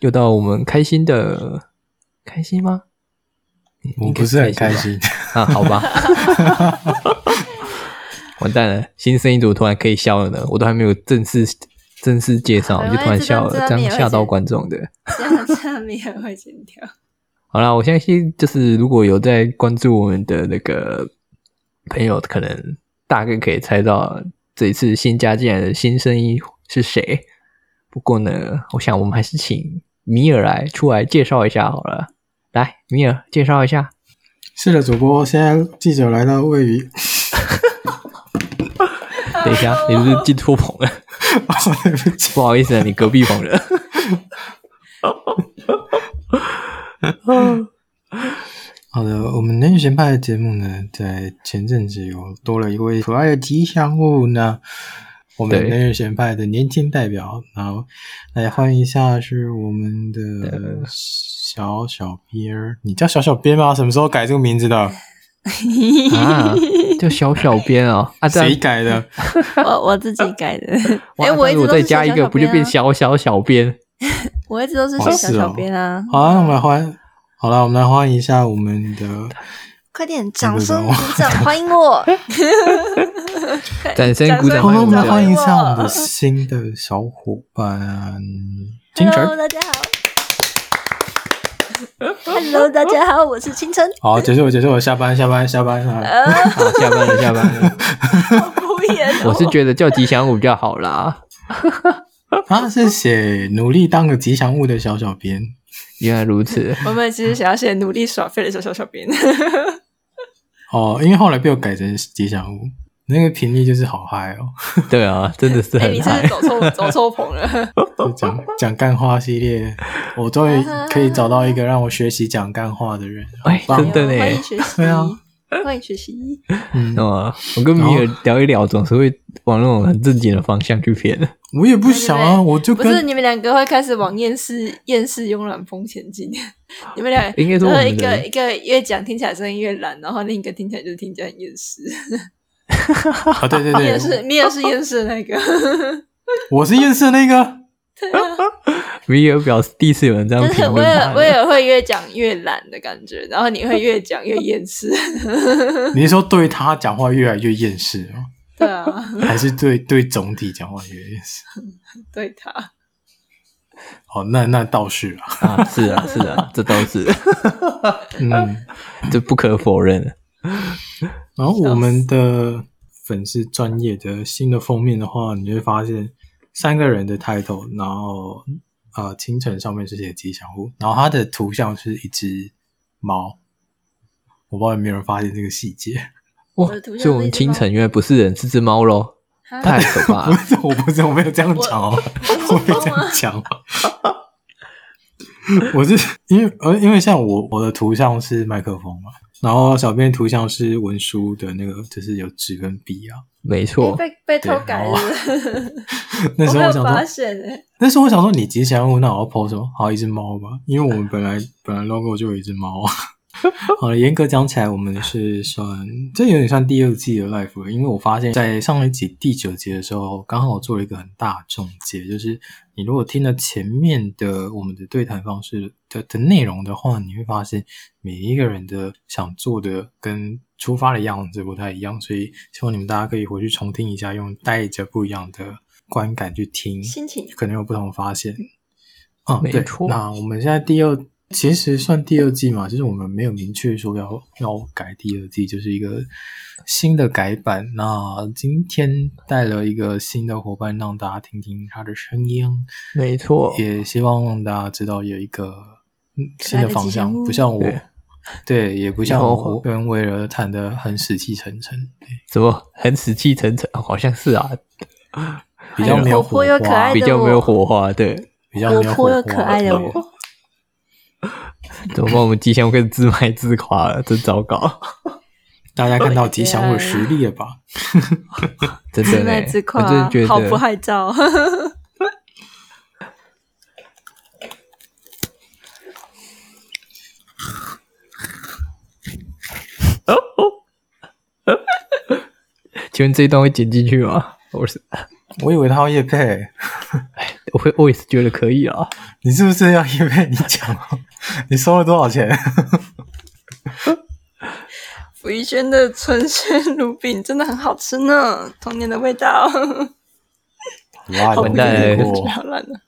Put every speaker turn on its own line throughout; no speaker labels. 又到我们开心的，开心吗？
我不是很开
吧
心，
啊，好吧， 完蛋了，新生一组突然可以笑了呢，我都还没有正式正式介绍，
没
你
关
就
系
突然笑了
这，
这
段这段也
样
会
吓到
剪
观众的。
这样这样你也会剪掉。
好啦，我相信就是如果有在关注我们的那个朋友，可能大概可以猜到这一次新加进来的新生意是谁。不过呢，我想我们还是请米尔来出来介绍一下好了。来，米尔介绍一 下。
是的，主播，现在记者来到位于，
等一下，你是不是进错棚 了？
哦，对不起，
不好意思、啊，你隔壁棚人。
好的，我们人鱼闲派的节目呢，在前阵子有多了一位可爱的吉祥物呢，我们
对
人鱼闲派的年轻代表，然后来欢迎一下是我们的小小编儿，你叫小小编吗？什么时候改这个名字的？
啊，叫小小编啊、啊，这样
谁改 的？
我我自己改的，
哇
哎、我一
如果
直都
再
是
加一
小
个，
小
不就
编
变
啊？
小小小编？
我一直都是
哦
小
是
小
哦
小编啊。
好啊，我们来欢，好了，我们来欢迎一 下我们的
快点，掌
不
声
哦
懂
鼓掌欢迎我！
掌声 鼓掌
好
欢迎
了，我
我们
们来欢迎一下我们的
的
新的小伙伴金晨
Hello，。大家好。Hello，大家好，我是清晨。
好，结束，结束，下班，下班，下班，下班。
呃，
好，啊下班了，下班了。
好敷衍、哦。
我是觉得叫吉祥物比较好啦。
他啊是写努力当个吉祥物的小小编，
原来如 此，
我们其实想要写努力耍废的小小小编。
哦，因为后来被我改成吉祥物，那个频率就是好嗨哦，
对啊，真的是
哎、
很
你是不
嗨
是。走错走错棚了？
就讲 讲干话系列，我终于可以找到一个让我学习讲干话的 人，
哎，
棒
真的
欢
呢
迎。学习，
对啊
欢迎学习。
嗯，
哦，我跟米尔聊一聊，总是会往那种很正经的方向去偏。
我也不想啊，
对对
我就
不是
跟
你们两个会开始往厌世厌世慵懒风前进， 你们俩
应该说
就
我
是一
们
个
的
一个越讲听起来声音越懒，然后另一个听起来就听起来很厌 世。
啊，对对
你
对
也，是，你也是厌世的 那个，
我是厌世的那个，
米尔表示第一次有人这样
就
评
是我
论
也
他
我
了。
也会越讲越懒的感觉，然后你会越讲越厌 世。
你是说对他讲话越来越厌世哦，
对啊，
还是对对总体讲话越厌世？
对他，
哦，那那倒是啊，
啊，是啊，是啊，这都是，
呃
嗯。
这不可否认。
然后我们的粉丝专业的新的封面的话，你会发现三个人的 title，然后呃，清晨上面是写吉祥物，然后它的图像是一只猫。我不知道有没有人发现这个细节，
哇
我的图，像
所以我们清晨原来不是人，是只猫 喽，
哈
太可怕
啊
不
了。
是， 我不是，我没有这样讲哦，我没有这样 讲哦。我是因为呃，因为像我我的图像是麦克风嘛，然后小编图像是文书的那个，就是有纸跟笔啊。
没 错，
被被偷改了，
那
啊
时
我没
候我想
有
说
发，现哎、
那时候我想说，你吉祥物那我要 PO 什么？好，一只猫吧，因为我们本来本来 logo 就有一只猫。 好了，严格讲起来，我们是算这有点算第二季的 life，了因为我发现，在上一集第九集的时候，刚好我做了一个很大的总结，就是你如果听了前面的我们的对谈方式的的内容的话，你会发现每一个人的想做的跟出发的样子不太一样，所以希望你们大家可以回去重听一下，用带着不一样的观感去听，
心情
可能有不同的发现。嗯，
没
对
错
那我们现在第二，其实算第二季嘛，就是我们没有明确说要要改第二季，就是一个新的改版。那今天带了一个新的伙伴，让大家听听他的声音，
没错，
也希望让大家知道有一个嗯新的方向
可爱的吉祥，物
不像我
对。
对，也不像
以后
我跟威尔谈的很死气沉沉，
什么很死气沉沉，好像是啊，
比较没有火
活泼又可
花，
爱
比
比
较没有火花，对。
较没有
活
火
泼又
花，
可爱的
对
我
怎么办？我们吉祥物开始自卖自夸了，真糟 糕！
大家看到吉祥物的实力了吧？
真的
自
呢
卖自夸，
我真的觉得
好不害臊。
请问这一段会剪进去吗？我是
我以为他要叶配，
我会 always 觉得可以啊。
你是不是要因为你讲啊？ 你收了多少钱？
福一轩的纯鲜乳饼真的很好吃 呢，童年的味道。
哇，
好
完蛋了
难
不
过！
要烂了。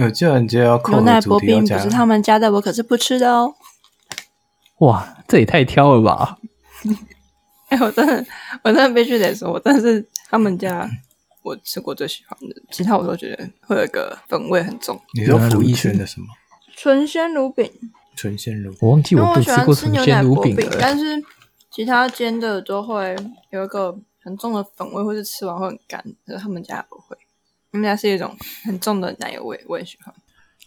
我居然就要扣
牛
你
奶
的
薄
主题要
饼
讲
不是他们家的，我可是不吃的哦。
哇，这也太挑了吧！
哎、我真的，我真的必须得说，我真的是他 们家我吃过最喜欢的，其他我都觉得会有一个粉味很重。
你说福一轩的什么
纯鲜乳饼，
纯鲜乳？
我忘记
因为
我
我
都
喜
吃
欢
过
吃
什么
牛
鲜
奶
乳
薄
饼
饼，
了。
但是其他煎的都会有一个很重的粉味，或是吃完会很干。可是他们家不会，他们家是一种很重的奶油味，我也喜欢。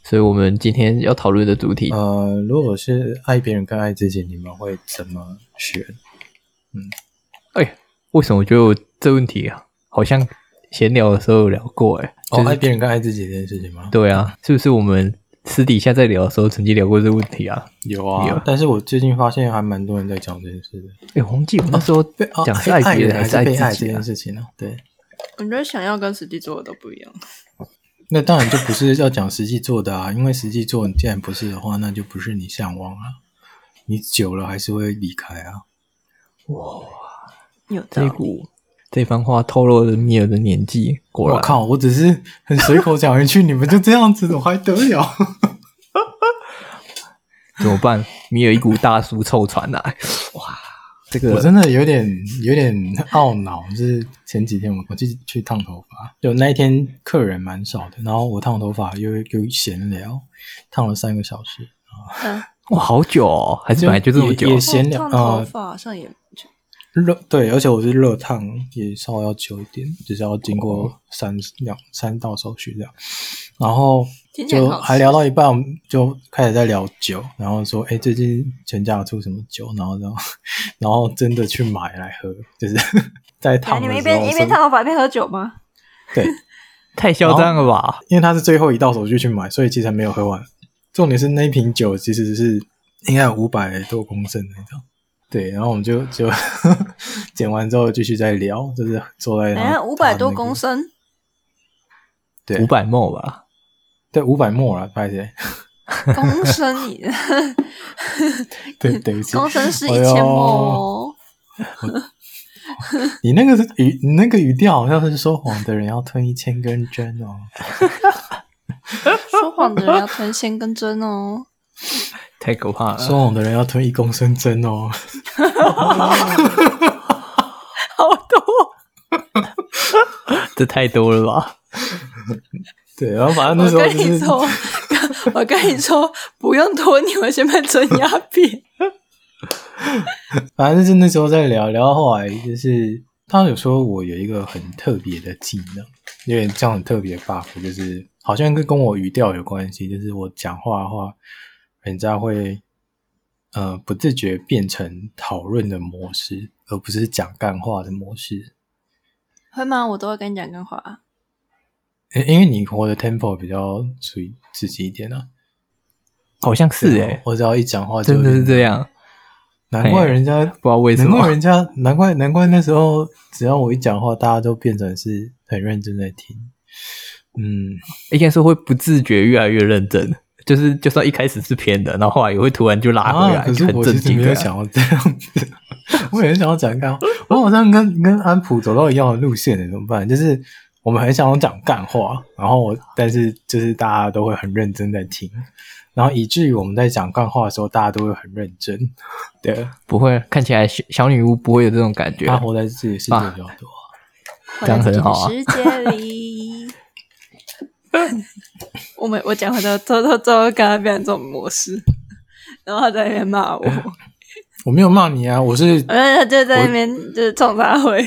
所以我们今天要讨论的主题，
呃，如果是爱别人跟爱自己，你们会怎么选？
哎，为什么我觉得我这问题啊，好像闲聊的时候有聊过、哎、
哦，
就
爱
是
别人跟爱自己这件事情吗？
对啊，是不是我们私底下在聊的时候曾经聊过这个问题啊？
有啊，
有
但是我最近发现还蛮多人在讲这件事的，
哎，我忘记我那时候
被啊
讲是
爱
爱别
人
人还
是
爱
被爱
自
这
己啊
件？事情呢、对，
我觉得想要跟实际做的都不一样。
那当然就不是要讲实际做的啊，因为实际做你既然不是的话，那就不是你向往啊，你久了还是会离开啊。
有道
这一
理。
股这番话透露了米尔的年纪，果
我
然
靠，我只是很随口讲一句， 你们就这样子，我还得了？
怎么办？米尔一股大叔臭传来、哇，这个
我真的有点有点懊恼，就是前几天我我去去烫头发，就那一天客人蛮少的，然后我烫头发又又闲聊，烫了三个小时，
嗯，哦
哇好久哦，还是本来就这么久
也也闲聊
烫头
呃
发好像也
热对，而且我是热烫，也稍微要久一点，就是要经过三两三道手续这样。然后
听起来
就
很好吃
还聊到一半，我们就开始在聊酒，然后说：“哎，最近全家有出什么酒？”然后，然后， 然后真的去买来喝，就是 在烫
哎你
的时候
们一边一边
顺
烫头发一边喝酒吗？
对，
太嚣张了吧？
因为它是最后一道手续去买，所以其实还没有喝完。重点是那一瓶酒其实是应该有五百多公升那种。对，然后我们就就 剪完之后继续再聊，就是坐在
等
他
一下哎五百多公，
他
升，
哦对
五百梦吧？
那个对，五百沫了，拍谁？
公升你
对，对不起，
公升是
哎
一
呦
千哦。
你那个是语，你那个语调好像是说谎的人要吞一千根针 哦。
说谎的人要吞先跟针哦。
太可怕了！
说谎的人要吞一公升针哦，
好多，这太多了吧？
对，然后反正 那
我
时候
跟
就
你
是，
说，我跟你说，不用拖你们先被针压扁。
反正就是那时候在聊，聊到后来就是他有说我有一个很特别的技能，有点这样很特别的 buff，就是好像跟跟我语调有关系，就是我讲话的话，人家会呃不自觉变成讨论的模式，而不是讲干话的模式。
会吗？我都会跟你讲干话啊。
因因为你活的 tempo 比较属于自己一点啊，
好像是哎、
我只要一讲话就
真的是这，样，
难怪人家
不知道为什
难怪
么。
人家，难怪难怪那时候，只要我一讲话，大家都变成是很认真在听。嗯，
应该说会不自觉越来越认真，就是就算一开始是偏的，然后后来也会突然就拉回来，
啊，可
就是很
我
正
其实
经
没
的
有
啊。
想要这样子， 我也很想要讲干话。我好像跟跟安普走到一样的路线，怎么办？就是我们很想要讲干话，然后我但是就是大家都会很认真在听，然后以至于我们在讲干话的时候，大家都会很认真。对，
不会，看起来小小女巫不会有这种感觉。啊
他活在自己的世界比较多。
活在自己
这样很好
的
啊
世界里。 我每我讲话都都都都会跟他变成这种模式，然后他在那边骂我，
我没有骂你啊，我是
然后他就在那边就是冲他回。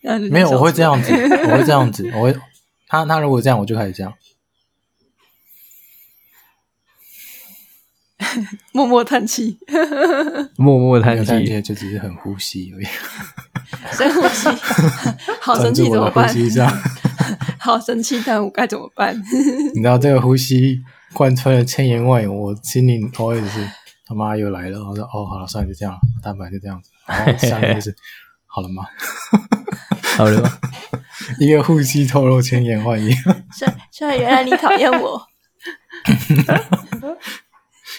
然后就
没有，
笑
我会
死
这 样子，我会这样子，我会他他如果这样，我就开始这样。
默默叹气，
默默
没
叹
有但其
气，
实就只是很呼吸而已，
深呼吸， 好生
专
气
注
怎
我的
么
呼
办？
吸这样。
好生气，但我该怎么办？
你知道这个呼吸贯穿了千言万语，我心里 always 是他妈又来了。我说哦，好了，算了，就这样了，大本来就这样子。然后下面就是好了吗？
好了吗？
一个护膝透露千言万语，
虽虽然原来你讨厌我，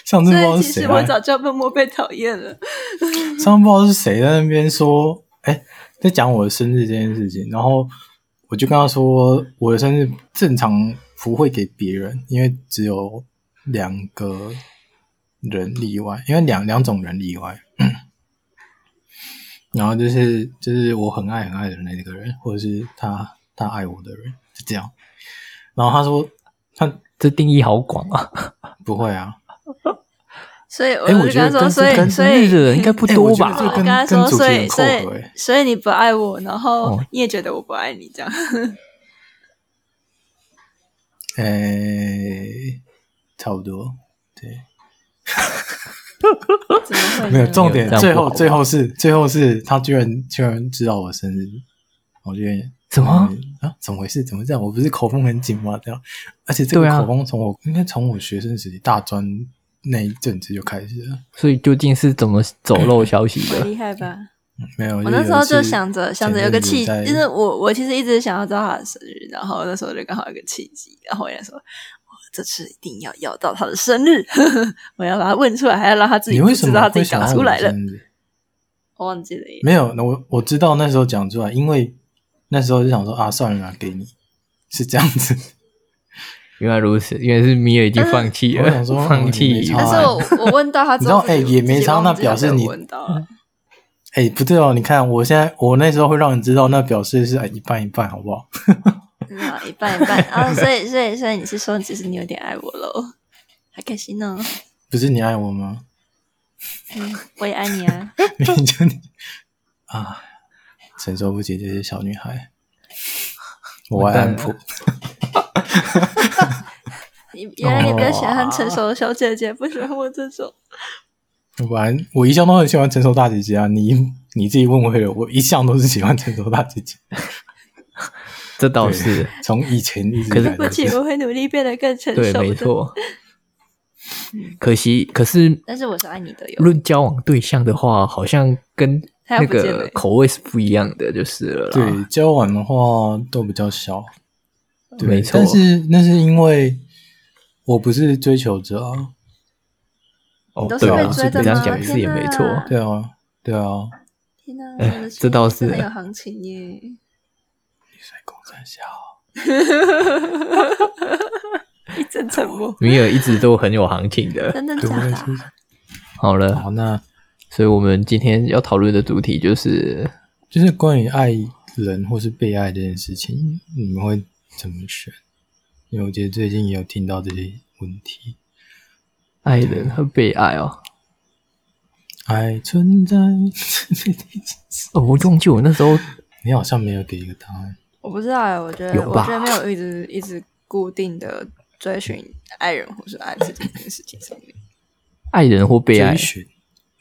上次不知
所
道
以
是
其
谁啊
实
来
我早就默默被讨厌了。
上次不知道是谁在那边说，哎、在讲我的生日这件事情，然后我就跟他说，我的生日正常不会给别人，因为只有两个人例外，因为两两种人例外。 然后就是就是我很爱很爱的那个人，或者是他他爱我的人，是这样。然后他说他
这定义好广啊！
不会啊，
所以我
哎
就
我
跟
觉得
他说，
跟
所以
跟
所
生日
以
的人应该不多
哎
吧？
我觉得这
我
个
哦跟他说，
跟主
所
题
以
很
所以
扣合欸
所以你不爱我，然后
哦
你也觉得我不爱你，这样
诶、欸差不多，对。
怎么会呢
没有重点
这，样
最
不好
后
吧
最后是最后是他居然居然知道我生日，我觉得
怎么
啊？怎么回事？怎么这样？我不是口风很紧吗？这样，而且这个
对啊
口风从我、应该从我学生时期大专那一阵子就开始了，
所以究竟是怎么走漏消息
很
的？
厉害吧？
没有。
我那时候就想着想着有个契，
机，
就是我我其实一直想要知道他的生日，然后那时候就刚好有个契机，然后我也说，我这次一定要要到他的生日， 我要把他问出来，还要让他自己
你
不
为什
知道
么
他自
会
己
想
搞
要
出
我
来了。
生日？
我忘记了耶，
没有，那我我知道那时候讲啊出来，因为那时候就想说啊，算了啦，给你是这样子。
原来如此，原来是米尔已经放弃
我
了，
想说
放
没
弃
差。
但是我我问到他之后，
啊你知道哎
自己
也没差
自己忘
那
记
表示你
他被我问到了，
哎、不对哦，你看我现在我那时候会让你知道，那表示是哎一半一半，好不好？
那一半一半啊，所以所以所以你是说，其实你有点爱我喽，好开心哦，
不是你爱 我吗？
嗯， 我也爱你啊，
哦
你就你啊，承受不起这些小女孩。我爱安普，
你原来你比较喜欢成熟的小姐姐，不喜欢我这种。
我安，我一向都很喜欢成熟大姐姐啊。你你自己问我了，我一向都是喜欢成熟大姐 姐，
这倒是
对，从以前一直
可
以
是
来
对不
都
起，
是。
我会努力变得更成
对，
熟
没
的。嗯
错。可惜，可是
但是我是爱你的哟。
论交往对象的话，好像跟
他要
那
不见了
个口味是不一样的，就是了啦。
对，交往的话都比较少，对
没错
但是那是因为我不是追求者啊，
哦
你都，是
对
被
啊，
追
是
的
这样
吗
讲也是也
天
没
哪
错。
对啊，对啊，
天哪，
哎
我的心
这倒
真的
是
很有行情耶！
你在公山笑，
一阵 沉默，
米尔一直都很有行情的。
真的
对
假
我也
的啊？
是。
好了，
好，那
所以我们今天要讨论的主题就是
就是关于爱人或是被爱这件事情，你们会怎么选？因为我觉得最近也有听到这些问题。
爱人和被爱哦。
爱存在，
哦，我忘记我那时候
你好像没有给一个答案。
我不知道哎，我觉得
有
我
吧
觉得没有一直一直固定的追寻爱人或是爱自己这件事情上面。
爱人或被爱
追，寻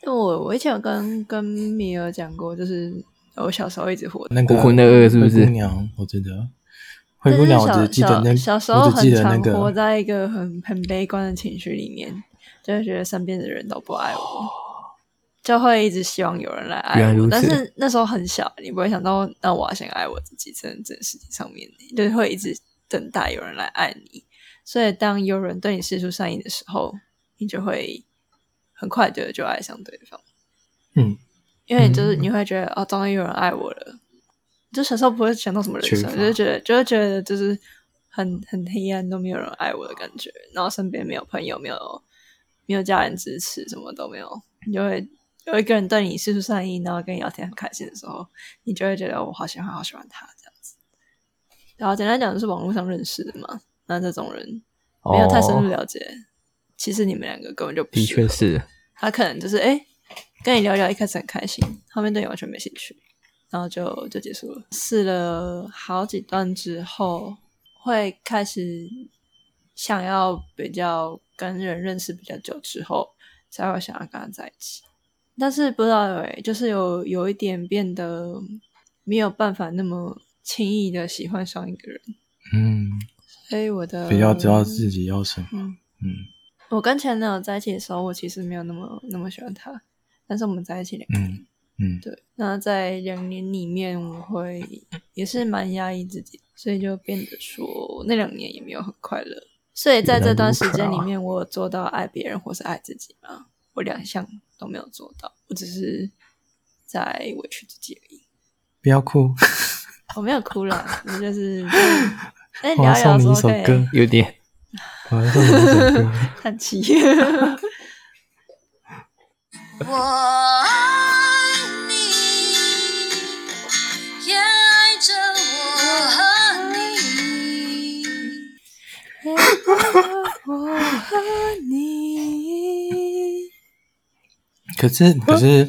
但我我以前有跟跟米儿讲过，就是我小时候一直活
那个
浑浑的噩是不
灰
是
姑？娘，我记得灰
但
姑
是
娘，
小
我只记得那，
小小时候
我只记得
很
那
常活
个，
在一个很很悲观的情绪里面，就会觉得身边的人都不爱我，就会一直希望有人来
原来
爱
如
我。
此
但是那时候很小，你不会想到，那我要先爱我自己，这这件事情上面，就是会一直等待有人来爱你。所以当有人对你施出善意的时候，你就会很快的就爱上对方。
嗯，
因为你就是
嗯
你会觉得哦，终于有人爱我了。就小时候不会想到什么人
缺
生，
乏
就是觉得就会觉得就是很很黑暗，都没有人爱我的感觉，然后身边没有朋友，没有没有家人支持，什么都没有，你就会有一个人对你四出善意，然后跟你聊天很开心的时候，你就会觉得我好喜欢，好喜欢他这样子。然后简单讲就是网络上认识的嘛，那这种人没有太深入
哦，
了解，其实你们两个根本就不
的
适
确
合
是。
他可能就是哎、诶跟你聊聊，一开始很开心，后面对你完全没兴趣，然后就就结束了。试了好几段之后，会开始想要比较跟人认识比较久之后，才会想要跟他在一起。但是不知道哎、就是有有一点变得没有办法那么轻易的喜欢上一个人，
嗯，
所以我的
比较知道自己要什么，
嗯。
嗯，
我跟前男友在一起的时候，我其实没有那么那么喜欢他，但是我们在一起两年，
嗯嗯，
对，那在两年里面，我会也是蛮压抑自己，所以就变得说那两年也没有很快乐。所以在这段时间里面，我有做到爱别人或是爱自己吗？我两项都没有做到，我只是在委屈自己而已。
不要哭，
我没有哭了，我就是哎
我要
聊一
送你
聊
一首
说可以
歌，
有点
我要送你一首歌。
叹气。
我爱你，也爱着我和你。
我和你，
可是，可是，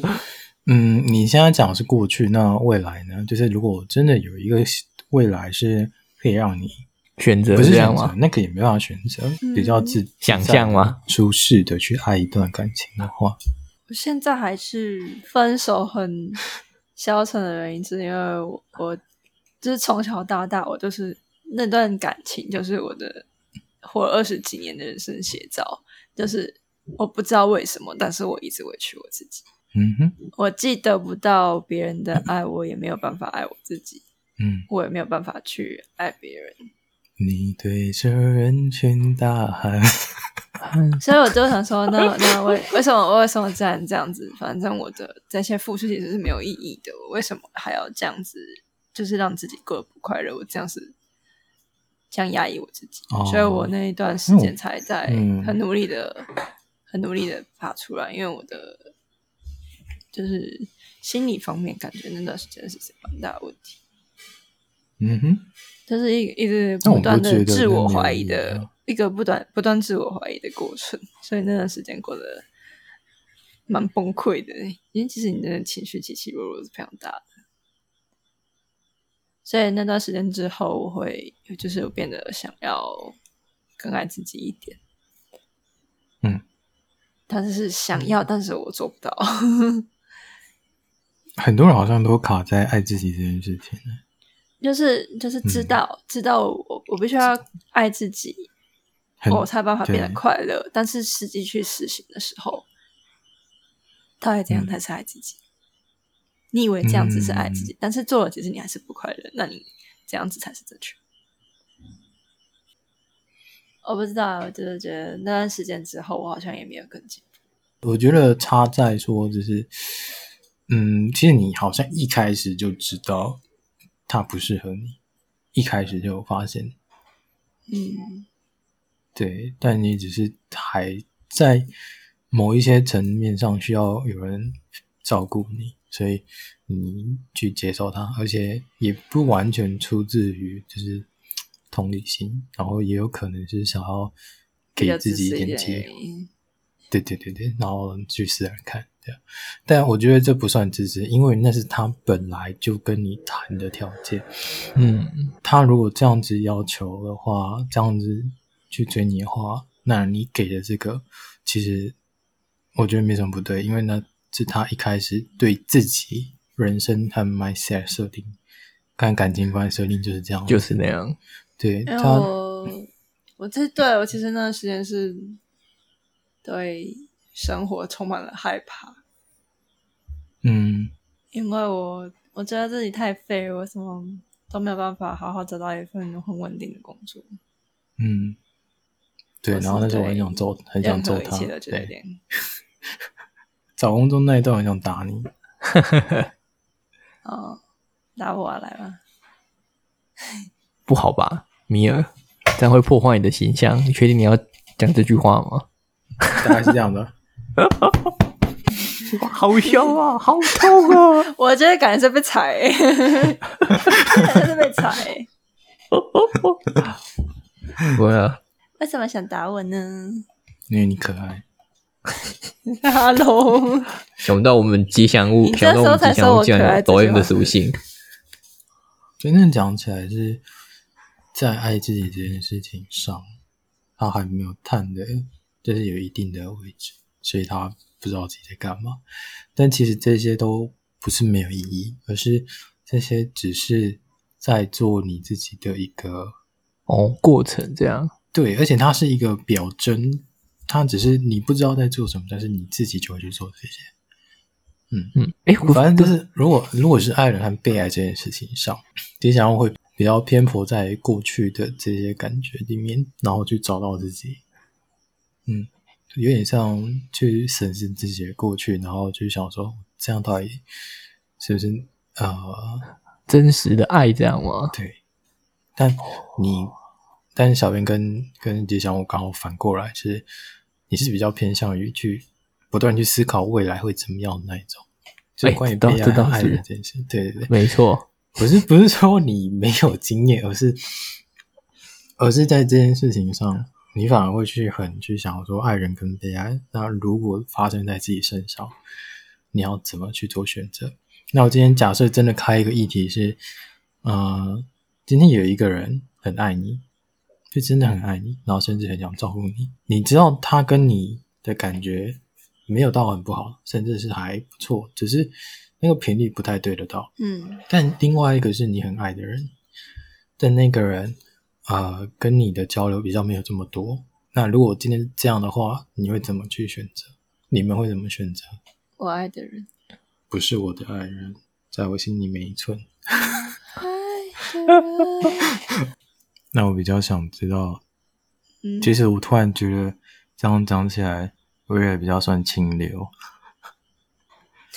嗯，你现在讲的是过去，那未来呢？就是如果真的有一个未来是可以让你
选择
不是
这
选
样
择
吗？，
那个也没办法选择，
嗯
比较自
想象吗？
舒适的去爱一段感情的话，
我现在还是分手很消沉的原因，是因为我我就是从小到大，我就是那段感情，就是我的活二十几年的人生写照，就是我不知道为什么，但是我一直委屈我自己，
嗯哼，
我既得不到别人的爱，我也没有办法爱我自己，
嗯，
我也没有办法去爱别人。
你对着人群大喊，
所以我就想说，那 那为为什么我为什么这样这样子？反正我的这些付出其实是没有意义的，我为什么还要这样子？就是让自己过得不快乐，我这样是这样压抑我自己，
哦
所以我那一段时间才在
嗯
很努力的、很努力的爬出来，因为我的就是心理方面感觉那段时间是蛮大的问题，
嗯哼，
就是一一直
那我
不断
不觉得
的自我
那没有
怀
意
疑
义
的
啊
一个不断不断自我怀疑的过程，所以那段时间过得蛮崩溃的，因为其实你的情绪起起落落是非常大的。所以那段时间之后，我会就是我变得想要更爱自己一点，
嗯，
但是是想要，但是我做不到。
很多人好像都卡在爱自己这件事情，
就是就是知
嗯
道、知道我我必须要爱自己，
很
我才有办法变得
对
快乐。但是实际去实行的时候，到底怎样
嗯
才是爱自己？你以为这样子是爱自己，
嗯
但是做了其实你还是不快乐，那你这样子才是正确。我不知道，我就是觉得那段时间之后，我好像也没有跟进。
我觉得差在说，就是，嗯，其实你好像一开始就知道他不适合你，一开始就有发现，
嗯，
对，但你只是还在某一些层面上需要有人照顾你，所以你去接受他，而且也不完全出自于就是同理心，然后也有可能是想要
比较
给自己
自私一
点
点
机会
的原。因。
对对对对，然后去试试看，对啊。但我觉得这不算自私，因为那是他本来就跟你谈的条件。
嗯，
他如果这样子要求的话，这样子去追你的话，那你给的这个，其实我觉得没什么不对，因为呢是他一开始对自己人生和 mindset 设定，看感情观设定就是这样，
就是那样。
对
因为
他，
我我这对我其实那段时间是对生活充满了害怕，
嗯
因为我我觉得自己太废了，我什么都没有办法好好找到一份很稳定的工作，
嗯，对。
我是
然后那时候我
对
很想揍，很想
任
揍
何一
他，
切都觉得
对。
有点
找工作那一段很想打你，
啊，打我啊来吧。
不好吧，米尔，这样会破坏你的形象。你确定你要讲这句话吗？
大概是这样的。
好笑 啊，好痛啊！
我觉得感觉是被踩、 欸，真的是被踩、欸。
我
为什么想打我呢
因为你可爱，
？Hello，
想不到我们吉祥物
你，这
想不到我
时候
们
才
吉祥
说
物
我
竟
可
然
爱
有
这句
抖
话
M 的属性。
真正讲起来是在爱自己这件事情上，他还没有探的，就是有一定的位置，所以他不知道自己在干嘛。但其实这些都不是没有意义，而是这些只是在做你自己的一个
哦，过程这样，
对，而且它是一个表征，它只是你不知道在做什么，但是你自己就会去做这些。
嗯，哎，我
反正就是，如果如果是爱人和被爱这件事情上，吉祥物会比较偏颇在过去的这些感觉里面，然后去找到自己。嗯，有点像去审视自己的过去，然后去想说，这样到底是不是呃
真实的爱这样吗？
对，但你，但是小编跟跟吉祥物刚好反过来，是你是比较偏向于去不断去思考未来会怎么样的那一种，就是
哎
关于
知道
被
这
爱
倒
和爱
是
人这件事。对对对，
没错，
不是不是说你没有经验，而是而是在这件事情上，你反而会去很去想说爱人跟被爱，那如果发生在自己身上，你要怎么去做选择？那我今天假设真的开一个议题是，呃，今天有一个人很爱你，就真的很爱你，然后甚至很想照顾你，你知道他跟你的感觉没有到很不好，甚至是还不错，只是那个频率不太对得到。
嗯
但另外一个是你很爱的人，但那个人呃跟你的交流比较没有这么多。那如果今天是这样的话，你会怎么去选择？你们会怎么选择？
我爱的人，
不是我的爱人，在我心里每一寸。
爱的 人，
那我比较想知道，
嗯，
其实我突然觉得这样讲起来，我也比较算清流。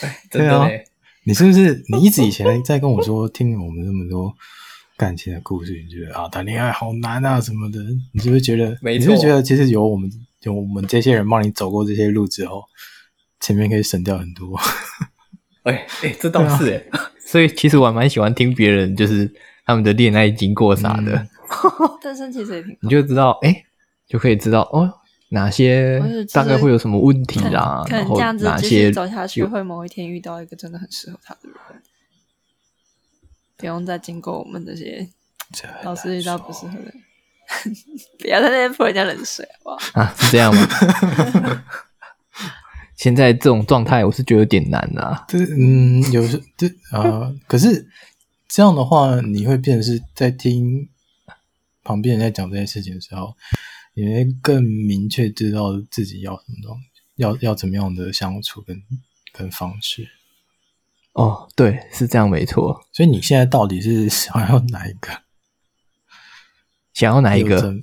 对啊
真的欸嘞
你是不是你一直以前在跟我说，听我们这么多感情的故事，你觉得啊谈恋爱好难啊什么的，你是不是觉得？
没错
你是不是觉得其实有我们有我们这些人帮你走过这些路之后，前面可以省掉很多。
哎哎，这倒是哎， 所以其实我还蛮喜欢听别人就是他们的恋爱经过啥的，
嗯
但是其实也挺
你就知道哎，就可以知道哦哪些
我是知道
大概会有什么问题啦，
可
啊然
能
后
这样子
哪
继
些
续走下去，会某一天遇到一个真的很适合他的人，不用再经过我们这些
这很
老师
难
遇到
说
不适合的人。 不要在那边泼人家冷水，好不好？
啊是这样吗？ 现在这种状态，我是觉得有点难啊。
对，嗯，有时对啊、可是这样的话，你会变成是在听旁边人在讲这件事情的时候，你会更明确知道自己要什么东西，要要怎么样的相处跟跟方式。
哦，对，是这样没错。
所以你现在到底是想要哪一个？
想要哪一
有
个？
真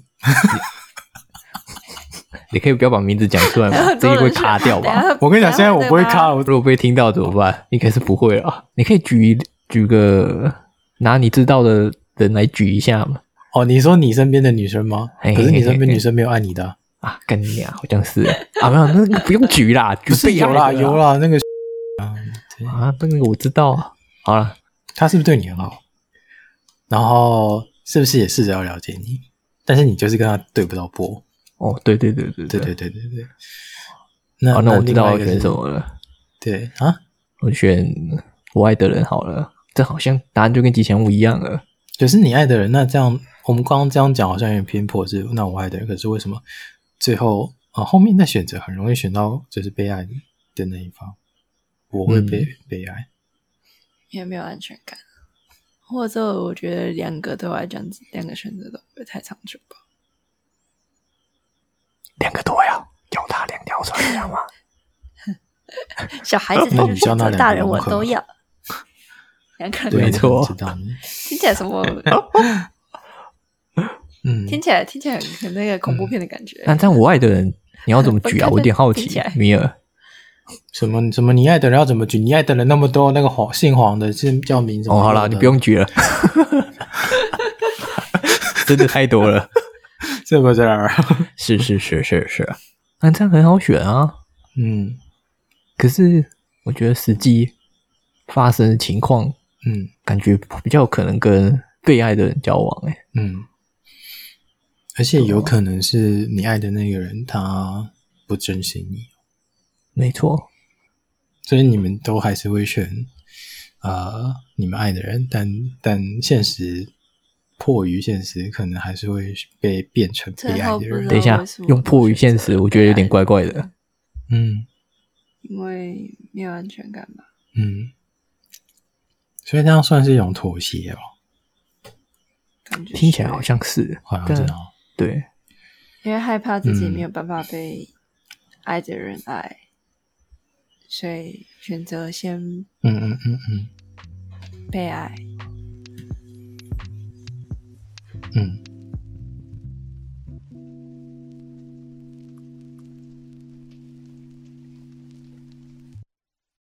你可以不要把名字讲 出来
还有
吗？
很
这
多
一会
人是
卡掉吧？
等一下
我跟你讲，现在我不会
等一下
卡，我
如果被听到怎么办？应该是不会了。你可以举一举个拿你知道的人来举一下嘛？
哦，你说你身边的女生吗？
嘿
可是你
嘿嘿
身边
嘿
女生没有爱你的啊、
啊，跟你俩好像是啊，没有，那个不用举啦，举
不是
被
有
爱
啦
的
有啦，那个啊，对
啊，那个我知道啊。好了，
他是不是对你很好？然后是不是也试着要了解你？但是你就是跟他对不到波。
哦，对对对对
对对
对，
对对对。那、
好，那我知道我
另外一个
选
是
什么了，
对啊，
我选我爱的人好了。这好像答案就跟吉祥物一样了。
就是你爱的人。那这样我们刚刚这样讲好像有点偏颇，是那我爱的人，可是为什么最后啊、呃后面的选择很容易选到就是被爱的那一方？我会
嗯
被、被爱。
也没有安全感，或者我觉得两个对我来讲，两个选择都不会太长久吧。
两个都要，脚踏两条船，知道 吗？
小孩子
那
他就
你知道
选
那两
择
个
大人，我
如何
都
吗
要。两个人
对啊
没错
我知道你。
听起来什么？
嗯，
听起来听起来很很那个恐怖片的感觉。
那这样我爱的人，你要怎么举啊？
不
我有点好奇
听起来，
米 尔。
什么什么你爱的人要怎么举？你爱的人那么多，那个黄姓黄的是叫名什么？
哦，好了，你不用 举了，真的太多了。
是不是？
是是是是是，那这样很好选啊。
嗯
可是我觉得实际发生的情况，
嗯
感觉比较有可能跟被爱的人交往、欸。哎，
嗯，而且有可能是你爱的那个人他不珍惜你，
没错，
所以你们都还是会选呃你们爱的人，但但现实迫于现实，可能还是会被变成被
最
爱
后
的
不
人
知。
等一
道
下
为什么
用迫于现
我选
实，
择
我觉得有点
被
怪
爱
怪的。
嗯
因为没有安全感吧。
嗯，所以这样算是一种妥协哦，
感觉
听起来
是
好像是，
好像
但
真的哦。
对，
因为害怕自己没有办法被爱的人爱，
所以选择先
嗯嗯嗯嗯，
被爱。